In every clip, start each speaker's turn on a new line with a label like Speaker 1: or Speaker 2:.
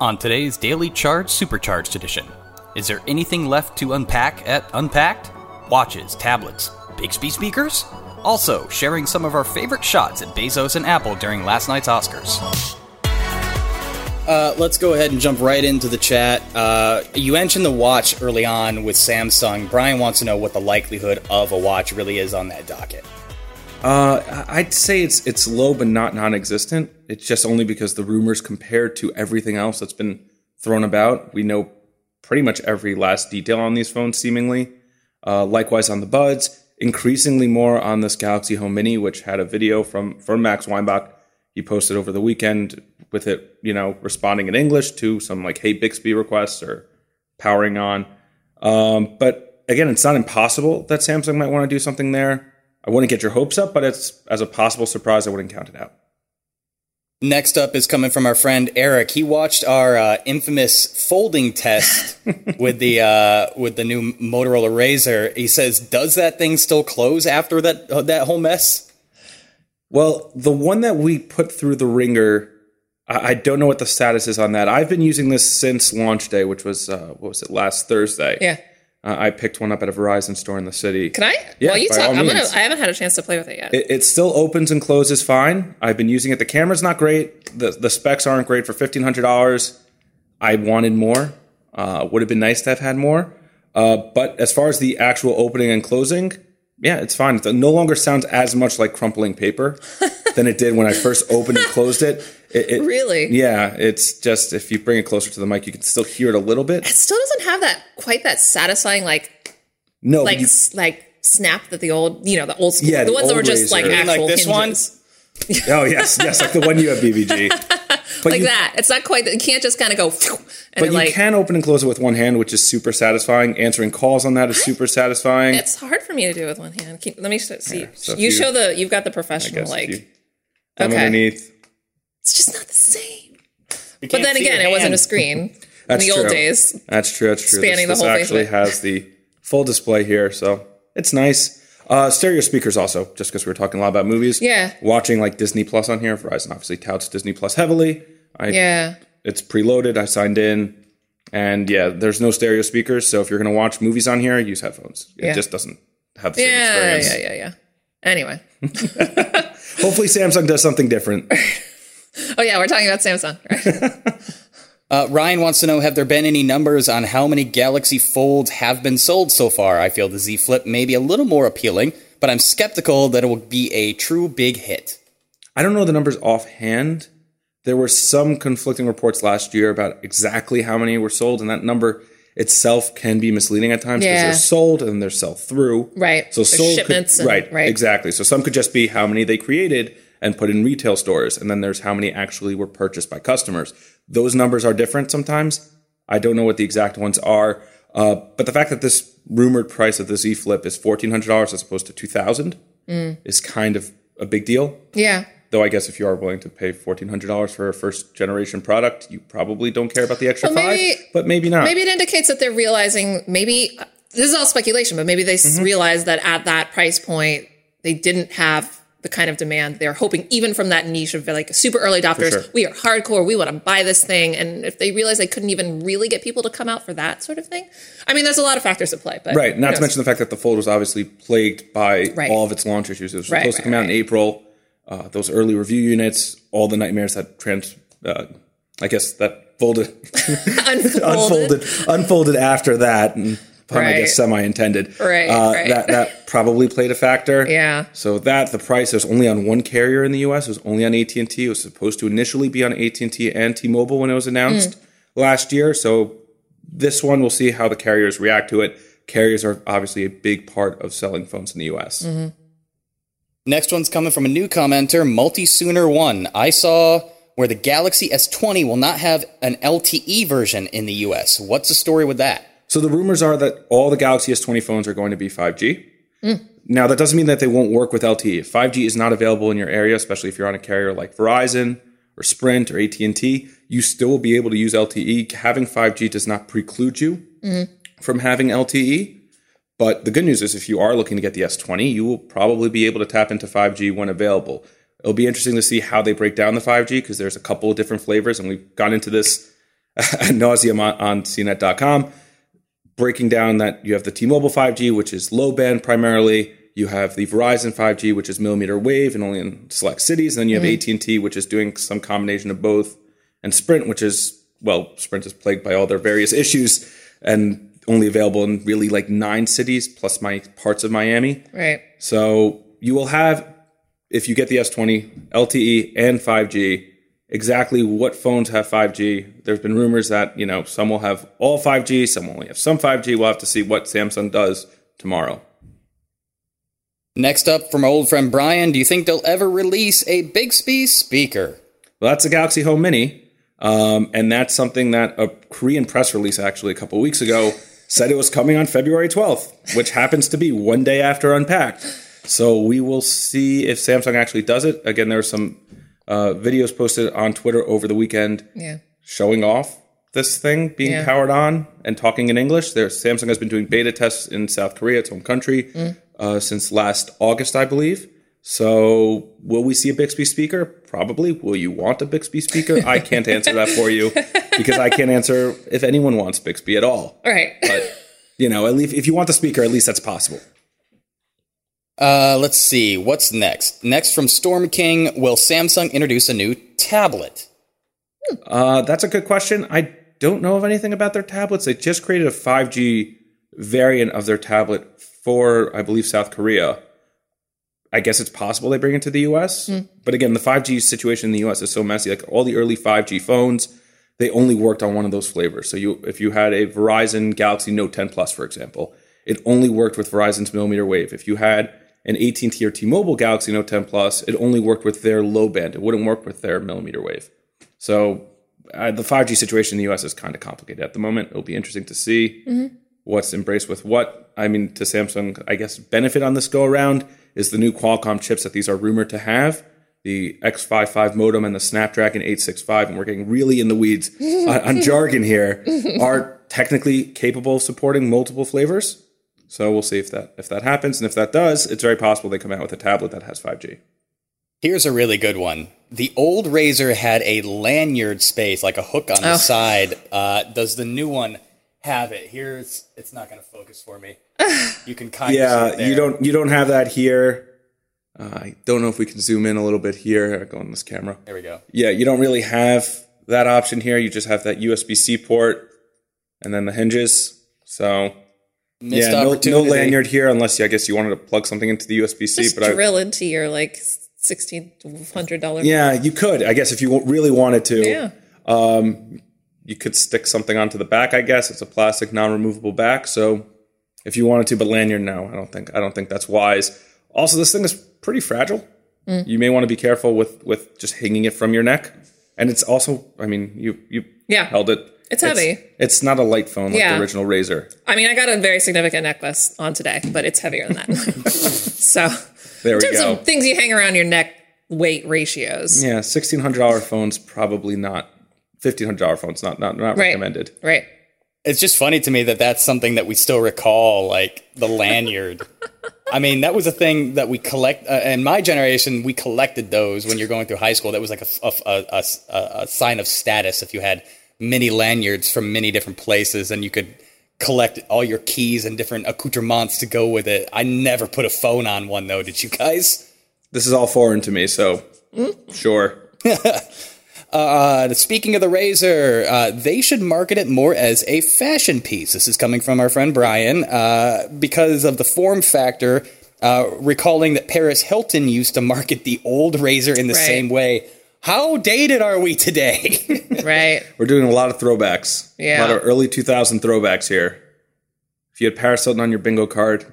Speaker 1: on today's Daily Charge Supercharged Edition. Is there anything left to unpack at Unpacked? Watches, tablets, Bixby speakers? Also, sharing some of our favorite shots at Bezos and Apple during last night's Oscars. Uh, let's go ahead and jump right into the chat. Uh, you mentioned the watch early on with Samsung. Brian wants to know what the likelihood of a watch really is on that docket.
Speaker 2: Uh, I'd say it's it's low but not non-existent. It's just only because the rumors compared to everything else that's been thrown about, we know pretty much every last detail on these phones seemingly. Uh, likewise on the buds, increasingly more on this Galaxy Home Mini, which had a video from from Max Weinbach he posted over the weekend with it, you know, responding in English to some like Hey Bixby requests or powering on. Um, but again, it's not impossible that Samsung might want to do something there. I wouldn't get your hopes up, but it's as a possible surprise, I wouldn't count it out.
Speaker 1: Next up is coming from our friend Eric. He watched our uh, infamous folding test with the uh, with the new Motorola Razr. He says, "Does that thing still close after that uh, that whole mess?"
Speaker 2: Well, the one that we put through the ringer, I, I don't know what the status is on that. I've been using this since launch day, which was uh, what was it last Thursday?
Speaker 3: Yeah.
Speaker 2: Uh, I picked one up at a Verizon store in the city.
Speaker 3: Can I?
Speaker 2: Yeah,
Speaker 3: While you
Speaker 2: by
Speaker 3: talk,
Speaker 2: all
Speaker 3: I'm gonna,
Speaker 2: means.
Speaker 3: I haven't had a chance to play with it yet.
Speaker 2: It, it still opens and closes fine. I've been using it. The camera's not great. The the specs aren't great for fifteen hundred dollars. I wanted more. Uh, would have been nice to have had more. Uh, but as far as the actual opening and closing, yeah, it's fine. It no longer sounds as much like crumpling paper than it did when I first opened and closed it. It- it-
Speaker 3: Really?
Speaker 2: Yeah, it's just if you bring it closer to the mic, you can still hear it a little
Speaker 3: it
Speaker 2: bit.
Speaker 3: still doesn't have that quite that satisfying like
Speaker 2: No,
Speaker 3: like
Speaker 2: you-
Speaker 3: s like snap that the old you know the old school
Speaker 2: Yeah,
Speaker 3: the,
Speaker 2: the
Speaker 3: ones that were
Speaker 2: old
Speaker 3: just like
Speaker 2: razor.
Speaker 1: Like
Speaker 3: actual
Speaker 1: this
Speaker 3: hinges.
Speaker 1: one?
Speaker 2: oh yes, yes, like the one you have, BBG. But
Speaker 3: like
Speaker 2: you-
Speaker 3: that. It's not quite. You can't just kind of go. phew, And
Speaker 2: But
Speaker 3: then,
Speaker 2: you
Speaker 3: like
Speaker 2: can open and close it with one hand, which is super satisfying. Answering calls on that is super satisfying.
Speaker 3: it's hard for me to do with one hand. Keep, let me sh- see.
Speaker 2: so if
Speaker 3: you,
Speaker 2: you-
Speaker 3: show the. You've got the
Speaker 2: I
Speaker 3: professional.
Speaker 2: guess
Speaker 3: Like
Speaker 2: if you thumb
Speaker 3: okay.
Speaker 2: underneath.
Speaker 3: it's just not the same.
Speaker 1: We
Speaker 3: But
Speaker 1: can't
Speaker 3: then
Speaker 1: see
Speaker 3: again,
Speaker 1: your
Speaker 3: it wasn't a
Speaker 1: hand.
Speaker 3: screen in
Speaker 2: That's
Speaker 3: the old
Speaker 2: true.
Speaker 3: days.
Speaker 2: That's true. That's true.
Speaker 3: Spanning the
Speaker 2: this
Speaker 3: whole
Speaker 2: this
Speaker 3: face
Speaker 2: actually
Speaker 3: of it.
Speaker 2: has the full display here, so it's nice. Uh, stereo speakers also, just because we were talking a lot about movies.
Speaker 3: Yeah.
Speaker 2: Watching like Disney Plus on here. Verizon obviously touts Disney Plus heavily. I,
Speaker 3: Yeah.
Speaker 2: It's preloaded. I signed in, and yeah, there's no stereo speakers. So if you're gonna watch movies on here, use headphones. It
Speaker 3: Yeah.
Speaker 2: just doesn't have the same
Speaker 3: Yeah.
Speaker 2: experience.
Speaker 3: Yeah. Yeah. Yeah. Anyway.
Speaker 2: Hopefully, Samsung does something different.
Speaker 3: Oh yeah, we're talking about Samsung.
Speaker 1: Uh, Ryan wants to know Have there been any numbers on how many Galaxy Folds have been sold so far? I feel the Z Flip may be a little more appealing, but I'm skeptical that it will be a true big hit.
Speaker 2: I don't know the numbers offhand. There were some conflicting reports last year about exactly how many were sold, and that number itself can be misleading at times because
Speaker 3: Yeah.
Speaker 2: they're sold and they're sell through.
Speaker 3: Right.
Speaker 2: So
Speaker 3: There's
Speaker 2: sold could-
Speaker 3: shipments and-
Speaker 2: right,
Speaker 3: right.
Speaker 2: exactly. So some could just be how many they created and put in retail stores, and then there's how many actually were purchased by customers. Those numbers are different sometimes. I don't know what the exact ones are, uh, but the fact that this rumored price of the Z Flip is fourteen hundred dollars as opposed to two thousand
Speaker 3: Mm.
Speaker 2: is kind of a big deal.
Speaker 3: yeah.
Speaker 2: Though I guess if you are willing to pay fourteen hundred dollars for a first generation product, you probably don't care about the extra
Speaker 3: Well, maybe-
Speaker 2: five. But maybe not.
Speaker 3: Maybe it indicates that they're realizing maybe this is all speculation, but maybe they s
Speaker 2: Mm-hmm.
Speaker 3: realize that at that price point they didn't have the kind of demand they're hoping even from that niche of like super early adopters
Speaker 2: sure.
Speaker 3: we are hardcore we want to buy this thing and if they realize they couldn't even really get people to come out for that sort of thing i mean there's a lot of factors at play but
Speaker 2: right. Not to
Speaker 3: who knows?
Speaker 2: mention the fact that the fold was obviously plagued by
Speaker 3: Right.
Speaker 2: all of its launch issues. It was
Speaker 3: Right,
Speaker 2: supposed to
Speaker 3: right,
Speaker 2: come out in
Speaker 3: right.
Speaker 2: April. Uh, those early review units, all the nightmares that trans, uh, I guess that folded,
Speaker 3: unfolded.
Speaker 2: unfolded, unfolded after that, and pun, I
Speaker 3: Right.
Speaker 2: guess semi intended.
Speaker 3: Right,
Speaker 2: Uh,
Speaker 3: right.
Speaker 2: That that probably played a factor.
Speaker 3: Yeah.
Speaker 2: So that the price it was only on one carrier in the U.S. It was only on AT and T. It was supposed to initially be on AT and T and T-Mobile when it was announced
Speaker 3: Mm.
Speaker 2: last year. So this one, we'll see how the carriers react to it. Carriers are obviously a big part of selling phones in the U.S.
Speaker 3: Mm-hmm.
Speaker 1: Next one's coming from a new commenter, Multi Sooner One. I saw where the Galaxy S20 will not have an LTE version in the US. What's the story with that?
Speaker 2: So the rumors are that all the Galaxy S20 phones are going to be 5G. Now that doesn't mean that they won't work with LTE. If 5G is not available in your area, especially if you're on a carrier like Verizon or Sprint or AT&T, you still will be able to use LTE. Having 5G does not preclude you from having LTE. But the good news is if you are looking to get the S20, you will probably be able to tap into 5G when available. It'll be interesting to see how they break down the 5G because there's a couple of different flavors and we've gone into this ad nauseum on, on CNET.com, breaking down that you have the T-Mobile 5G, which is low band primarily. You have the Verizon 5G, which is millimeter wave and only in select cities. And then you have AT&T, which is doing some combination of both, and Sprint, which is well, Sprint is plagued by all their various issues and only available in really like nine cities plus my parts of Miami.
Speaker 3: Right.
Speaker 2: So you will have, if you get the S20, LTE E, and 5G, exactly what phones have 5G. There's been rumors that, you know, some will have all 5G, some only have some 5G. We'll have to see what Samsung does tomorrow.
Speaker 1: Next up from our old friend Brian, do you think they'll ever release a Bixby speaker?
Speaker 2: Well, that's the Galaxy Home Mini. Um, and that's something that a Korean press release actually a couple weeks ago said it was coming on February 12th, which happens to be one day after Unpacked. So we will see if Samsung actually does it. Again, there are some uh, videos posted on Twitter over the weekend
Speaker 3: Yeah.
Speaker 2: showing off this thing being
Speaker 3: Yeah.
Speaker 2: powered on and talking in English. There, Samsung has been doing beta tests in South Korea, its home country, uh, since last August, I believe. So, will we see a Bixby speaker? Probably. Will you want a Bixby speaker? I can't answer that for you because I can't answer if anyone wants Bixby at all.
Speaker 3: All right.
Speaker 2: But you know, at least if you want the speaker, at least that's possible.
Speaker 1: Uh, let's see. What's next? Next from Storm King, will Samsung introduce a new tablet?
Speaker 2: Uh, that's a good question. I don't know of anything about their tablets. They just created a 5G variant of their tablet for, I believe, South Korea. I guess it's possible they bring it to the US. But again, the 5G situation in the US is so messy. Like all the early 5G phones, they only worked on one of those flavors. So you if you had a Verizon Galaxy Note 10 Plus, for example, it only worked with Verizon's millimeter wave. If you had an AT&T or T-Mobile Galaxy Note 10 Plus, it only worked with their low band. It wouldn't work with their millimeter wave. So uh, the 5G situation in the US is kind of complicated at the moment. It'll be interesting to see what's embraced with what. I mean, to Samsung, I guess benefit on this go around is the new Qualcomm chips that these are rumored to have, the X55 modem and the Snapdragon 865, and we're getting really in the weeds on, on jargon here, are technically capable of supporting multiple flavors. So we'll see if that if that happens, and if that does, it's very possible they come out with a tablet that has 5G.
Speaker 1: Here's a really good one. The old Razor had a lanyard space, like a hook on the
Speaker 3: Oh.
Speaker 1: side. Uh, does the new one have it? Here's it's not going to focus for me. You can kind of see it
Speaker 2: yeah you
Speaker 1: there.
Speaker 2: don't you don't have that here uh, i don't know if we can zoom in a little bit here I go on this camera
Speaker 1: There we go.
Speaker 2: yeah you don't really have that option here you just have that usb-c port and then the hinges so
Speaker 1: Missed
Speaker 2: yeah no, no
Speaker 1: opportunity.
Speaker 2: lanyard here unless you, i guess you wanted to plug something into the usb-c
Speaker 3: Just
Speaker 2: but I,
Speaker 3: drill into your like sixteen hundred dollar.
Speaker 2: yeah you could i guess if you really wanted to Um,
Speaker 3: Yeah.
Speaker 2: you could stick something onto the back i guess it's a plastic non-removable back so if you wanted to but lanyard no i don't think i don't think that's wise also this thing is pretty fragile
Speaker 3: Mm.
Speaker 2: you may want to be careful with with just hanging it from your neck and it's also i mean you you
Speaker 3: Yeah.
Speaker 2: held it
Speaker 3: It's heavy.
Speaker 2: it's not a light phone like
Speaker 3: Yeah.
Speaker 2: the original razor
Speaker 3: I mean, I got a very significant necklace on today, but it's heavier than that. so,
Speaker 2: there
Speaker 3: in
Speaker 2: we
Speaker 3: terms
Speaker 2: go
Speaker 3: of things you hang around your neck, weight ratios.
Speaker 2: yeah $1600 phones probably not $1500 phones not not, not
Speaker 3: Right.
Speaker 2: recommended
Speaker 3: Right.
Speaker 1: It's just funny to me that that's something that we still recall, like the lanyard. I mean, that was a thing that we collect. Uh, in my generation, we collected those when you're going through high school. That was like a, a, a- a- a sign of status if you had many lanyards from many different places and you could collect all your keys and different accoutrements to go with it. I never put a phone on one, though, did you guys?
Speaker 2: this is all foreign to me so
Speaker 3: Hmm?
Speaker 2: sure
Speaker 1: Uh, speaking of the razor, uh, they should market it more as a fashion piece. This is coming from our friend Brian uh, because of the form factor. Uh, recalling that Paris Hilton used to market the old razor in the
Speaker 3: Right.
Speaker 1: same way. How dated are we today?
Speaker 3: Right.
Speaker 2: We're doing a lot of throwbacks.
Speaker 3: Yeah.
Speaker 2: A lot of early 2000 throwbacks here. If you had Paris Hilton on your bingo card,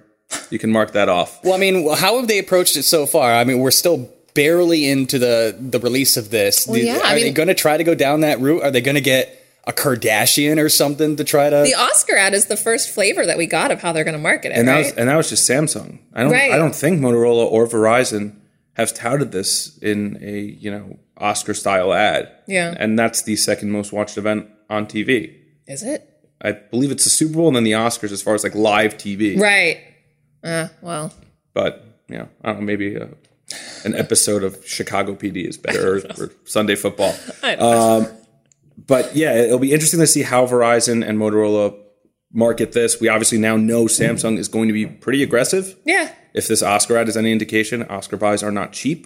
Speaker 2: you can mark that off.
Speaker 1: well, I mean, how have they approached it so far? I mean, we're still barely into the the release of this. Do-
Speaker 3: yeah,
Speaker 1: are
Speaker 3: I
Speaker 1: they
Speaker 3: mean-
Speaker 1: going to try to go down that route? Are they going to get a Kardashian or something to try to?
Speaker 3: The Oscar ad is the first flavor that we got of how they're going to market it.
Speaker 2: And that
Speaker 3: right?
Speaker 2: was and that was just Samsung. I don't
Speaker 3: Right.
Speaker 2: I don't think Motorola or Verizon have touted this in a, you know, Oscar style ad.
Speaker 3: Yeah.
Speaker 2: And that's the second most watched event on TV.
Speaker 3: is it?
Speaker 2: I believe it's the Super Bowl and then the Oscars as far as like live TV.
Speaker 3: Right. Uh, well,
Speaker 2: But you know, I don't know, maybe uh an episode of Chicago PD is better, or, or Sunday football.
Speaker 3: I don't know.
Speaker 2: but yeah, it'll be interesting to see how Verizon and Motorola market this. We obviously now know Samsung is going to be pretty aggressive.
Speaker 3: Yeah.
Speaker 2: If this Oscar ad is any indication, Oscar buys are not cheap.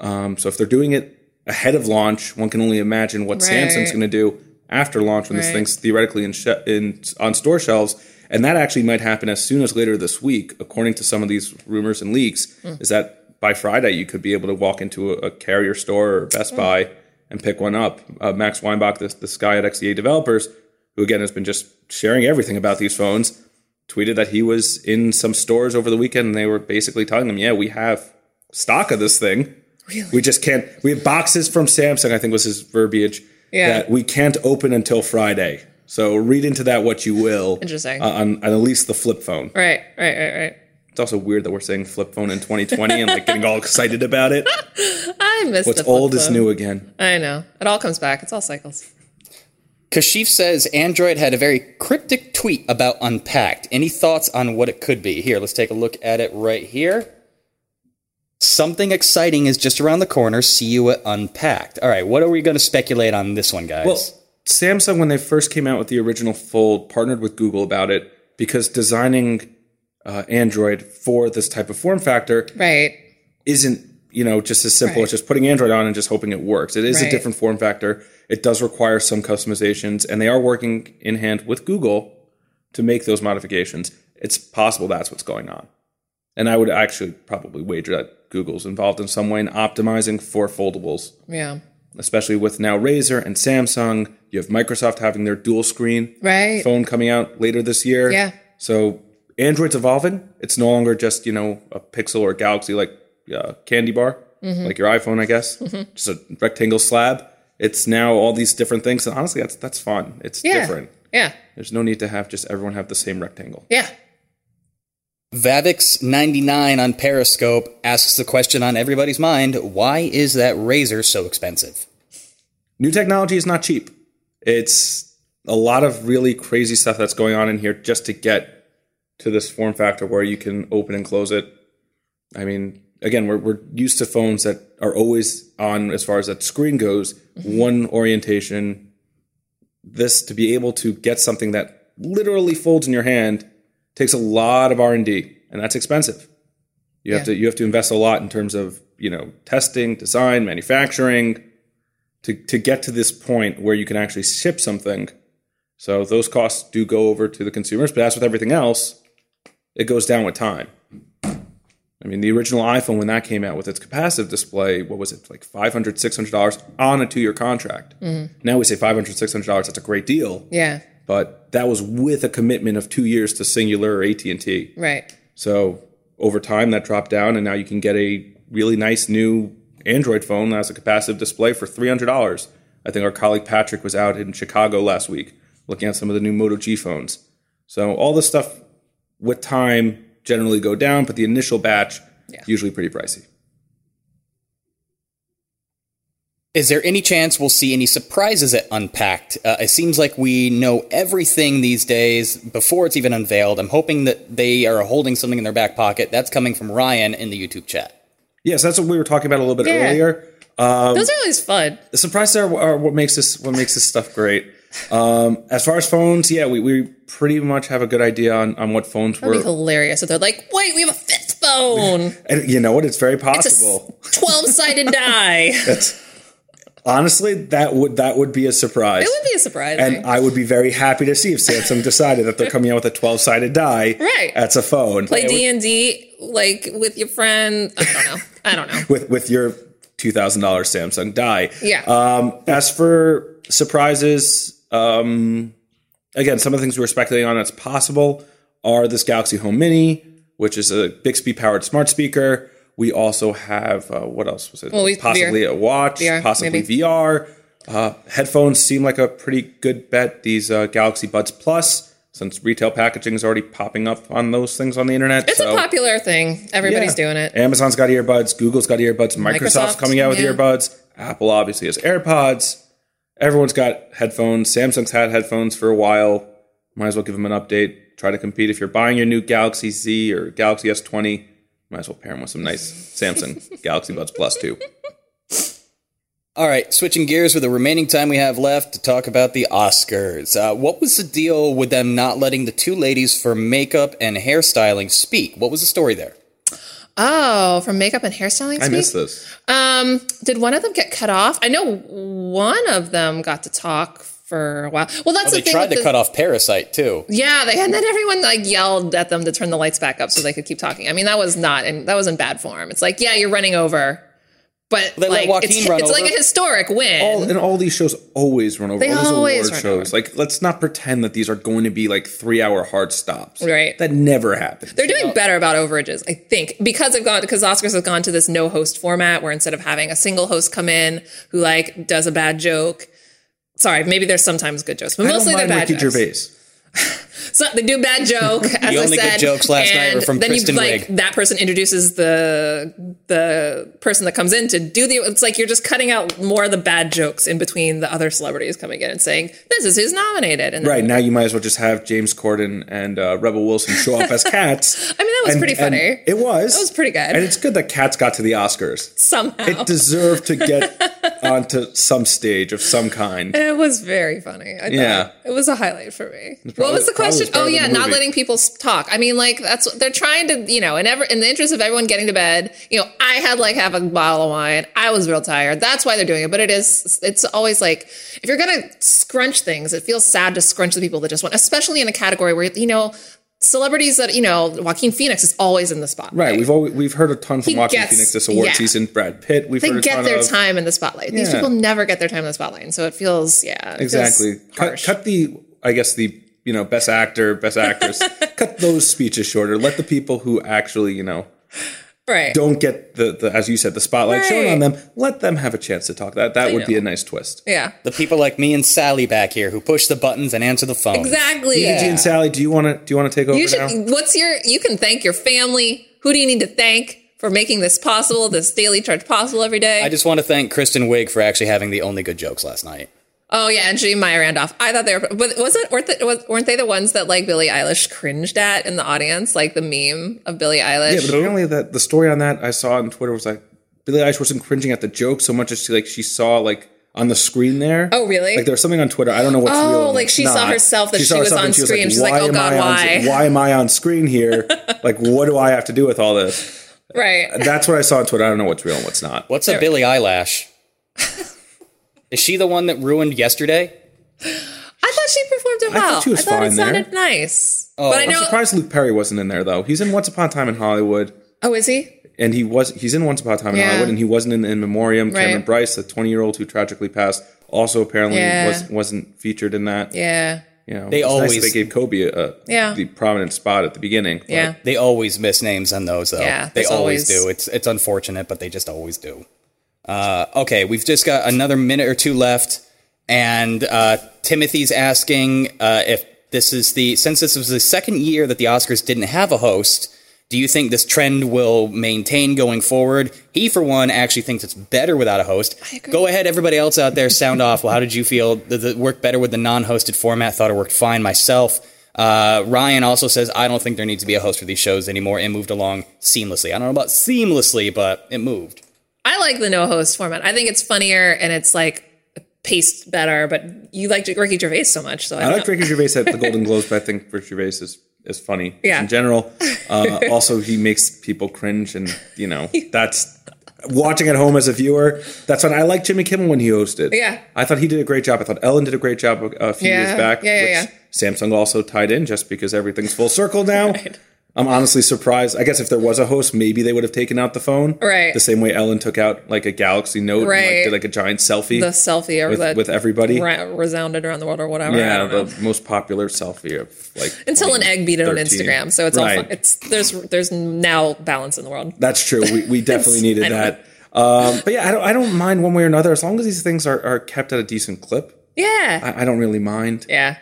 Speaker 2: Um, so if they're doing it ahead of launch, one can only imagine what
Speaker 3: Right.
Speaker 2: Samsung's going to do after launch when this
Speaker 3: Right.
Speaker 2: thing's theoretically in, sh- in on store shelves. And that actually might happen as soon as later this week, according to some of these rumors and leaks. Is that by Friday you could be able to walk into a, a carrier store or Best Buy and pick one up? Uh, Max Weinbach, this this guy at XDA Developers, who again has been just sharing everything about these phones, tweeted that he was in some stores over the weekend and they were basically telling him, "Yeah, we have stock of this thing.
Speaker 3: Really?
Speaker 2: We just can't. We have boxes from Samsung. I think was his verbiage.
Speaker 3: Yeah.
Speaker 2: That we can't open until Friday. So read into that what you will.
Speaker 3: Interesting.
Speaker 2: uh, on, on at least the flip phone.
Speaker 3: Right, right, right, right.
Speaker 2: It's also weird that we're saying flip phone in 2020 and like getting all excited about it.
Speaker 3: I missed
Speaker 2: What's
Speaker 3: the flip
Speaker 2: old is
Speaker 3: phone.
Speaker 2: new again.
Speaker 3: I know. It all comes back. It's all cycles.
Speaker 1: Kashif says Android had a very cryptic tweet about Unpacked. Any thoughts on what it could be? Here, let's take a look at it right here. Something exciting is just around the corner. See you at Unpacked. All right, what are we going to speculate on this one, guys?
Speaker 2: Well, Samsung, when they first came out with the original Fold, partnered with Google about it because designing uh, Android for this type of form factor
Speaker 3: Right.
Speaker 2: isn't you know just as simple as
Speaker 3: Right.
Speaker 2: just putting Android on and just hoping it works. It is a
Speaker 3: Right.
Speaker 2: different form factor. It does require some customizations, and they are working in hand with Google to make those modifications. It's possible that's what's going on, and I would actually probably wager that Google's involved in some way in optimizing for foldables,
Speaker 3: Yeah.
Speaker 2: especially with now Razer and Samsung. You have Microsoft having their dual screen
Speaker 3: Right.
Speaker 2: phone coming out later this year.
Speaker 3: Yeah.
Speaker 2: So Android's evolving. It's no longer just you know a Pixel or a Galaxy like uh, candy bar,
Speaker 3: Mm-hmm.
Speaker 2: like your iPhone, I guess, just a rectangle slab. It's now all these different things, and honestly, that's that's fun. It's
Speaker 3: Yeah.
Speaker 2: different.
Speaker 3: Yeah.
Speaker 2: There's no need to have just everyone have the same rectangle.
Speaker 3: Yeah.
Speaker 1: Vavix99 on Periscope asks the question on everybody's mind why is that razor so expensive?
Speaker 2: New technology is not cheap. It's a lot of really crazy stuff that's going on in here just to get to this form factor where you can open and close it. I mean, again, we're, we're used to phones that are always on as far as that screen goes, one orientation. This to be able to get something that literally folds in your hand takes a lot of R and D, and that's expensive. You have to
Speaker 3: Yeah.
Speaker 2: you have to invest a lot in terms of you know testing, design, manufacturing to to get to this point where you can actually ship something. So those costs do go over to the consumers, but as with everything else, it goes down with time. I mean, the original iPhone when that came out with its capacitive display, what was it like 500 dollars on a two-year contract? Now we say 500 dollars. That's a great deal,
Speaker 3: Yeah.
Speaker 2: but that was with a commitment of two years to Singular or AT and T.
Speaker 3: Right.
Speaker 2: So over time, that dropped down, and now you can get a really nice new Android phone that has a capacitive display for three hundred dollars. I think our colleague Patrick was out in Chicago last week looking at some of the new Moto G phones. So all this stuff with time generally go down, but the initial batch usually pretty pricey.
Speaker 1: Is there any chance we'll see any surprises at Unpacked? Uh, it seems like we know everything these days before it's even unveiled. I'm hoping that they are holding something in their back pocket. That's coming from Ryan in the YouTube chat.
Speaker 2: Yes, that's what we were talking about a little bit
Speaker 3: Yeah.
Speaker 2: earlier. Um,
Speaker 3: Those are always fun.
Speaker 2: the surprises are, are what makes this what makes this stuff great. Um, as far as phones, yeah, we, we pretty much have a good idea on, on what phones
Speaker 3: That'd be
Speaker 2: were.
Speaker 3: hilarious if they're like, wait, we have a fifth phone.
Speaker 2: And you know what? It's very
Speaker 3: It's
Speaker 2: possible.
Speaker 3: a twelve sided die. it
Speaker 2: That's honestly that would that would be a surprise.
Speaker 3: would be a surprise.
Speaker 2: and I would be very happy to see if Samsung decided that they're coming out with a 12 sided die.
Speaker 3: Right.
Speaker 2: That's a phone.
Speaker 3: Play D and D like with your friend. I don't know. I don't know.
Speaker 2: with with your two thousand dollar Samsung die.
Speaker 3: Yeah.
Speaker 1: Uh,
Speaker 2: Um, as for surprises, um, again, some of the things we were speculating on that's possible are this Galaxy Home Mini, which is a Bixby powered smart speaker. We also have uh, what else was it?
Speaker 3: we-
Speaker 2: possibly
Speaker 3: VR.
Speaker 2: a watch,
Speaker 3: VR,
Speaker 2: possibly
Speaker 3: maybe.
Speaker 2: VR. Uh, headphones seem like a pretty good bet. These uh, Galaxy Buds Plus, since retail packaging is already popping up on those things on the internet.
Speaker 3: It's a popular thing. Everybody's
Speaker 2: Yeah.
Speaker 3: doing it.
Speaker 2: Amazon's got earbuds. Google's got earbuds. Microsoft's
Speaker 3: Microsoft,
Speaker 2: coming out with
Speaker 3: yeah.
Speaker 2: earbuds. Apple obviously has AirPods. Everyone's got headphones. Samsung's had headphones for a while. Might as well give them an update. Try to compete. If you're buying your new Galaxy Z or Galaxy S20, might as well pair them with some nice Samsung Galaxy Buds Plus 2.
Speaker 1: All right, switching gears with the remaining time we have left to talk about the Oscars. Uh, what was the deal with them not letting the two ladies for makeup and hairstyling speak? What was the story there?
Speaker 3: Oh, from makeup and hairstyling.
Speaker 2: I
Speaker 3: speak?
Speaker 2: missed this.
Speaker 3: Um, did one of them get cut off? I know one of them got to talk for a while.
Speaker 1: Well,
Speaker 3: Well, that's the
Speaker 1: Oh, they
Speaker 3: thing.
Speaker 1: tried
Speaker 3: with
Speaker 1: to
Speaker 3: the-
Speaker 1: cut off Parasite too.
Speaker 3: Yeah, they, and then everyone like yelled at them to turn the lights back up so they could keep talking. I mean, that was not and that was in bad form. It's like, yeah, you're running over, but
Speaker 1: They let
Speaker 3: like
Speaker 1: Joaquin
Speaker 3: it's,
Speaker 1: run
Speaker 3: it's like
Speaker 1: over? Oh,
Speaker 3: a historic win.
Speaker 2: All and all these shows always run over.
Speaker 3: They
Speaker 2: all these
Speaker 3: always
Speaker 2: award
Speaker 3: run
Speaker 2: shows.
Speaker 3: over.
Speaker 2: Like, let's not pretend that these are going to be like three-hour hard stops.
Speaker 3: Right.
Speaker 2: That never happens.
Speaker 3: They're doing better about overages, I think, because they've gone because Oscars have gone to this no host format where instead of having a single host come in who like does a bad joke. Sorry, maybe there's sometimes good jokes, but
Speaker 2: I don't
Speaker 3: mostly
Speaker 2: mind
Speaker 3: they're bad
Speaker 2: Ricky
Speaker 3: jokes.
Speaker 2: Gervais.
Speaker 3: So they do bad joke. As
Speaker 1: only
Speaker 3: I
Speaker 1: good
Speaker 3: said,
Speaker 1: jokes last night
Speaker 3: and
Speaker 1: were from
Speaker 3: then
Speaker 1: Kristen
Speaker 3: you like
Speaker 1: Wiig.
Speaker 3: that person introduces the the person that comes in to do the. It's like you're just cutting out more of the bad jokes in between the other celebrities coming in and saying this is who's nominated. And
Speaker 2: Right now, you might as well just have James Corden and uh, Rebel Wilson show up as cats.
Speaker 3: I mean that was
Speaker 2: And-
Speaker 3: pretty
Speaker 2: and
Speaker 3: funny.
Speaker 2: It was. That
Speaker 3: was pretty good.
Speaker 2: And it's good that cats got to the Oscars.
Speaker 3: somehow
Speaker 2: It deserved to get onto some stage of some kind.
Speaker 3: It was very funny. I
Speaker 2: Yeah.
Speaker 3: thought it was a highlight for me. what
Speaker 2: probably-
Speaker 3: was
Speaker 2: probably
Speaker 3: the question?
Speaker 2: was better
Speaker 3: Oh
Speaker 2: than
Speaker 3: yeah,
Speaker 2: the
Speaker 3: not
Speaker 2: movie.
Speaker 3: letting people s- talk. I mean, like that's what they're trying to, you know, and ever in the interest of everyone getting to bed. You know, I had like half a bottle of wine. I was real tired. That's why they're doing it. But it is, it's always like if you're gonna scrunch things, it feels sad to scrunch the people that just want, especially in a category where you know celebrities that you know Joaquin Phoenix is always in the spotlight.
Speaker 2: Right. We've always, we've heard a ton from
Speaker 3: He
Speaker 2: Joaquin
Speaker 3: gets-
Speaker 2: Phoenix this award
Speaker 3: yeah.
Speaker 2: season. Brad Pitt. We've heard
Speaker 3: They
Speaker 2: a
Speaker 3: get
Speaker 2: ton
Speaker 3: their
Speaker 2: of,
Speaker 3: time in the spotlight. These
Speaker 2: Yeah.
Speaker 3: people never get their time in the spotlight, and so it feels yeah it feels
Speaker 2: Exactly. Cut,
Speaker 3: harsh.
Speaker 2: cut the I guess the you know best actor, best actress. cut those speeches shorter. Let the people who actually you know
Speaker 3: right.
Speaker 2: don't get the, the as you said the spotlight shown
Speaker 3: Right.
Speaker 2: on them. Let them have a chance to talk. That that would be
Speaker 3: know.
Speaker 2: a nice twist.
Speaker 3: yeah.
Speaker 1: The people like me and Sally back here who push the buttons and answer the phone.
Speaker 3: Exactly.
Speaker 2: Eugene E and Sally, do you want to do you want to take over
Speaker 3: You should. e-
Speaker 2: now?
Speaker 3: What's your? You can thank your family. Who do you need to thank for making this possible? This daily charge possible every day.
Speaker 1: I just want to thank Kristen Wiig for actually having the only good jokes last night.
Speaker 3: oh yeah, and Jean Maya Randolph. I thought they were. But wasn't weren't, the, was, weren't they the ones that like Billie Eilish cringed at in the audience, like the meme of Billie
Speaker 2: Yeah,
Speaker 3: Eilish?
Speaker 2: but apparently that the story on that I saw on Twitter was like Billie Eilish wasn't cringing at the joke so much as she like she saw like on the screen there.
Speaker 3: Oh, really?
Speaker 2: Like there was something on Twitter. I don't know what's
Speaker 3: Oh,
Speaker 2: real. and
Speaker 3: like
Speaker 2: what's
Speaker 3: she saw
Speaker 2: not.
Speaker 3: herself that she
Speaker 2: saw
Speaker 3: was
Speaker 2: herself
Speaker 3: on
Speaker 2: and she
Speaker 3: screen. She's like,
Speaker 2: "Why
Speaker 3: oh,
Speaker 2: am
Speaker 3: God,
Speaker 2: I on-
Speaker 3: why?"
Speaker 2: why am I on screen here? like, what do I have to do with all this?
Speaker 3: right.
Speaker 2: That's what I saw on Twitter. I don't know what's real and what's not.
Speaker 1: What's a Billy eyelash? Is she the one that ruined yesterday?
Speaker 3: I thought she performed it
Speaker 2: I thought
Speaker 3: well.
Speaker 2: she was
Speaker 3: it
Speaker 2: fine there. Oh,
Speaker 3: sounded nice. but I
Speaker 2: I'm
Speaker 3: know.
Speaker 2: surprised Luke Perry wasn't in there though. He's in Once Upon a Time in Hollywood,
Speaker 3: Oh, is he?
Speaker 2: and he was he's in Once Upon a Time in
Speaker 3: Yeah.
Speaker 2: Hollywood, and he wasn't in In Memoriam. Cameron
Speaker 3: Right.
Speaker 2: Bryce, the 20 year old who tragically passed, also apparently
Speaker 3: Yeah.
Speaker 2: was wasn't featured in that.
Speaker 3: Yeah.
Speaker 2: You know,
Speaker 1: They
Speaker 2: it's nice that
Speaker 1: always-
Speaker 2: they gave Kobe a,
Speaker 3: Yeah.
Speaker 2: the prominent spot at the beginning. but-
Speaker 3: Yeah.
Speaker 1: They always miss names on those, though.
Speaker 3: Yeah,
Speaker 1: they
Speaker 3: there's
Speaker 1: always,
Speaker 3: always-
Speaker 1: do. It's it's unfortunate, but they just always do. Uh, okay, we've just got another minute or two left, and uh, Timothy's asking uh, if this is the since this was the second year that the Oscars didn't have a host. Do you think this trend will maintain going forward? He, for one, actually thinks it's better without a host.
Speaker 3: agree.
Speaker 1: Go ahead, everybody else out there, sound off. Well, how did you feel? Did it work better with the non-hosted format? Thought it worked fine myself. Uh, Ryan also says, I don't think there needs to be a host for these shows anymore and moved along seamlessly. I don't know about seamlessly, but it moved.
Speaker 3: I like the no host format. I think it's funnier and it's like paced better. But you liked Ricky Gervais so much, so I,
Speaker 2: I
Speaker 3: don't
Speaker 2: like Ricky Gervais at the Golden Globes, but I think Ricky Gervais is, is funny just
Speaker 3: Yeah.
Speaker 2: in general. Uh, also, he makes people cringe, and you know that's watching at home as a viewer. That's when I like Jimmy Kimmel when he hosted.
Speaker 3: Yeah.
Speaker 2: I thought he did a great job. I thought Ellen did a great job a, a few
Speaker 3: Yeah.
Speaker 2: years back.
Speaker 3: Yeah, yeah,
Speaker 2: which Samsung also tied in just because everything's full circle now. I'm honestly surprised. I guess if there was a host, maybe they would have taken out the phone,
Speaker 3: Right.
Speaker 2: The same way Ellen took out like a Galaxy Note, and,
Speaker 3: Right.
Speaker 2: like, did like a giant selfie
Speaker 3: the selfie or
Speaker 2: with,
Speaker 3: the
Speaker 2: with everybody,
Speaker 3: ra- resounded around the world or whatever. I
Speaker 2: yeah,
Speaker 3: don't know.
Speaker 2: the most popular selfie of like
Speaker 3: Until an egg beat it on
Speaker 2: 2013.
Speaker 3: Instagram, so it's all
Speaker 2: Right.
Speaker 3: fun. it's there's there's now balance in the world.
Speaker 2: That's true. We, we definitely
Speaker 3: I
Speaker 2: needed
Speaker 3: don't-
Speaker 2: that. Um, but yeah, I don't I don't mind one way or another as long as these things are, are kept at a decent clip.
Speaker 3: Yeah,
Speaker 2: I, I don't really mind.
Speaker 3: yeah.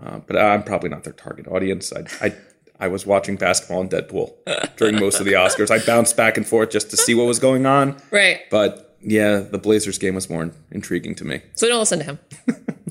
Speaker 2: Uh, but I'm probably not their target audience. I I, I was watching basketball and Deadpool during most of the Oscars. I bounced back and forth just to see what was going on.
Speaker 3: Right.
Speaker 2: But yeah, the Blazers game was more in- intriguing to me.
Speaker 3: So don't listen to him.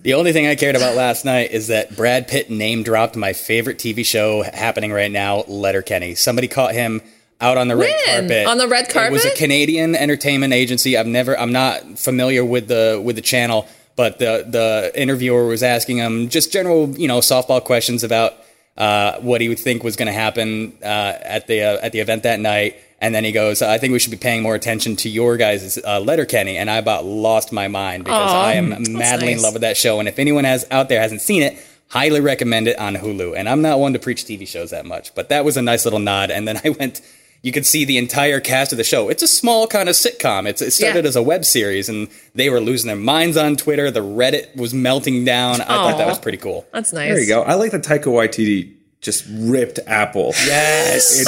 Speaker 1: The only thing I cared about last night is that Brad Pitt name dropped my favorite TV show happening right now, Letterkenny. Somebody caught him out on the red
Speaker 3: When?
Speaker 1: carpet.
Speaker 3: On the red
Speaker 1: It was a
Speaker 3: carpet?
Speaker 1: Canadian entertainment agency. I've never, I'm not familiar with the with the channel, but the the interviewer was asking him just general, you know, softball questions about uh, what he would think was going to happen uh, at the uh, at the event that night. And then he goes, "I think we should be paying more attention to your guys' uh, letter, Kenny." And I about lost my mind because
Speaker 3: Aw,
Speaker 1: I am madly in
Speaker 3: nice.
Speaker 1: love with that show. And if anyone has out there hasn't seen it, highly recommend it on Hulu. And I'm not one to preach TV shows that much, but that was a nice little nod. And then I went, you could see the entire cast of the show. It's a small kind of sitcom. It's, it started
Speaker 3: Yeah.
Speaker 1: as a web series, and they were losing their minds on Twitter. The Reddit was melting down. I thought that
Speaker 3: Aw.
Speaker 1: was pretty cool.
Speaker 3: That's nice.
Speaker 2: There you go. I like that Taika Waititi just ripped Apple.
Speaker 1: Yes.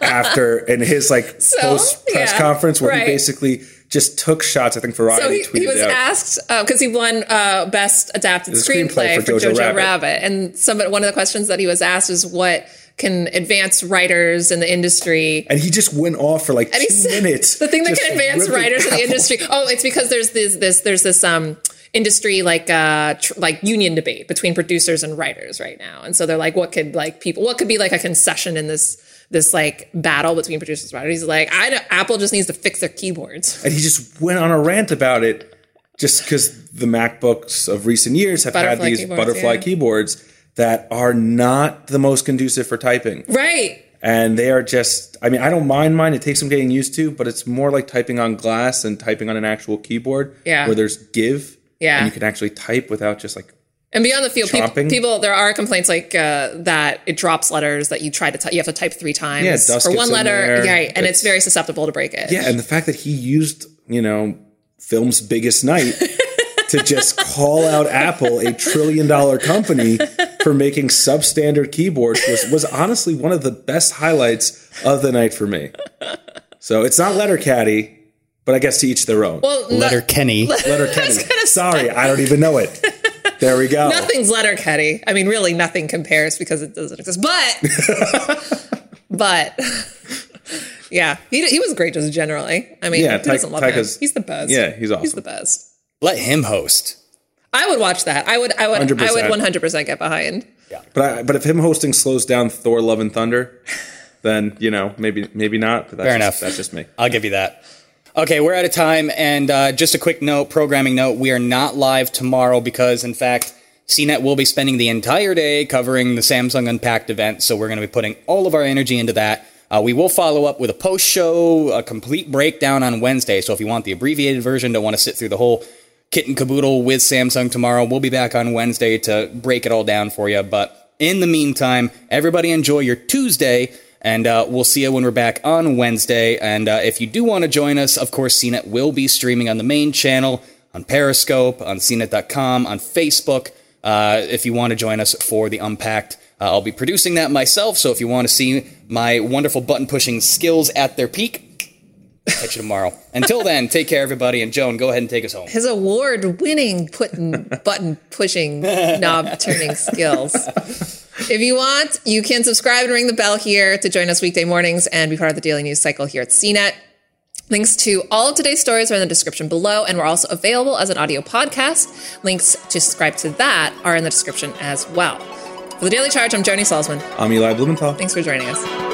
Speaker 2: after in his like post press
Speaker 3: yeah,
Speaker 2: conference where
Speaker 3: right.
Speaker 2: he basically just took shots. I think Variety
Speaker 3: So he,
Speaker 2: tweeted
Speaker 3: he was
Speaker 2: out.
Speaker 3: asked because he won uh, best adapted
Speaker 2: screenplay
Speaker 3: screenplay,
Speaker 2: for
Speaker 3: for
Speaker 2: Jojo
Speaker 3: Jojo,
Speaker 2: Rabbit.
Speaker 3: Rabbit. and some one of the questions that he was asked is what can advance writers in the industry.
Speaker 2: and he just went off for like
Speaker 3: And he
Speaker 2: two
Speaker 3: said-
Speaker 2: minutes.
Speaker 3: the thing that
Speaker 2: just
Speaker 3: can advance
Speaker 2: ripping
Speaker 3: writers in the
Speaker 2: Apple.
Speaker 3: industry. Oh, it's because there's this this there's this um industry like uh tr- like union debate between producers and writers right now, and so they're like, what could like people what could be like a concession in this this like battle between producers and writers? He's like, I don't- Apple just needs to fix their keyboards.
Speaker 2: And he just went on a rant about it, just because the MacBooks of recent years have
Speaker 3: Butterfly
Speaker 2: had these
Speaker 3: keyboards,
Speaker 2: butterfly
Speaker 3: yeah.
Speaker 2: keyboards that are not the most conducive for typing.
Speaker 3: Right.
Speaker 2: And they are just, I mean, I don't mind mine. It takes some getting used to, but it's more like typing on glass than typing on an actual keyboard
Speaker 3: Yeah.
Speaker 2: where there's give.
Speaker 3: Yeah.
Speaker 2: And you can actually type without just like
Speaker 3: And beyond the field, people,
Speaker 2: Chopping?
Speaker 3: people, there are complaints like uh, that it drops letters that you try to, ty- you have to type three times
Speaker 2: Yeah, dust
Speaker 3: for
Speaker 2: gets
Speaker 3: one
Speaker 2: in
Speaker 3: letter,
Speaker 2: there.
Speaker 3: yeah, right? And
Speaker 2: It's-
Speaker 3: it's very susceptible to breakage.
Speaker 2: Yeah, and the fact that he used, you know, film's biggest night to just call out Apple, a trillion dollar company, for making substandard keyboards was, was honestly one of the best highlights of the night for me. So it's not letter caddy, but I guess to each their own.
Speaker 3: Well, no-
Speaker 1: Letter Kenny.
Speaker 2: letter caddy. Sorry, I don't even know it. There we go.
Speaker 3: nothing's letter Ketty. I mean, really, nothing compares because it doesn't exist. But, but, yeah, he, he was great just generally. eh? I mean,
Speaker 2: Yeah,
Speaker 3: who
Speaker 2: Ty-
Speaker 3: doesn't love
Speaker 2: Tyka's-
Speaker 3: him? He's the best.
Speaker 2: Yeah, he's
Speaker 3: he's the
Speaker 2: awesome.
Speaker 3: best.
Speaker 1: Let him host.
Speaker 3: I would watch that. I would. I would. I
Speaker 2: 100%.
Speaker 3: would one hundred percent get behind.
Speaker 2: But I, but if him hosting slows down Thor: Love and Thunder, then you know maybe maybe not. But that's
Speaker 1: Fair
Speaker 2: just-
Speaker 1: enough.
Speaker 2: That's just me.
Speaker 1: I'll give you that. Okay, we're out of time. And uh, just a quick note, programming note, we are not live tomorrow because, in fact, CNET will be spending the entire day covering the Samsung Unpacked event. So we're going to be putting all of our energy into that. Uh, we will follow up with a post show, a complete breakdown on Wednesday. So if you want the abbreviated version, don't want to sit through the whole kit and caboodle with Samsung tomorrow. We'll be back on Wednesday to break it all down for you. But in the meantime, everybody enjoy your Tuesday, and uh, we'll see you when we're back on Wednesday. And uh, if you do want to join us, of course, CNET will be streaming on the main channel, on Periscope, on E CNET.com, on Facebook. Uh, if you want to join us for the Unpacked, uh, I'll be producing that myself. So if you want to see my wonderful button pushing skills at their peak, catch you tomorrow. Until then, take care, everybody. And Joan, go ahead and take us home.
Speaker 3: his award-winning putting button pushing knob turning skills. If you want, you can subscribe and ring the bell here to join us weekday mornings and be part of the daily news cycle here at CNET. Links to all of today's stories are in the description below, and we're also available as an audio podcast. Links to subscribe to that are in the description as well. For the Daily Charge, I'm Joni Salzman.
Speaker 2: I'm Eli Blumenthal.
Speaker 3: Thanks for joining us.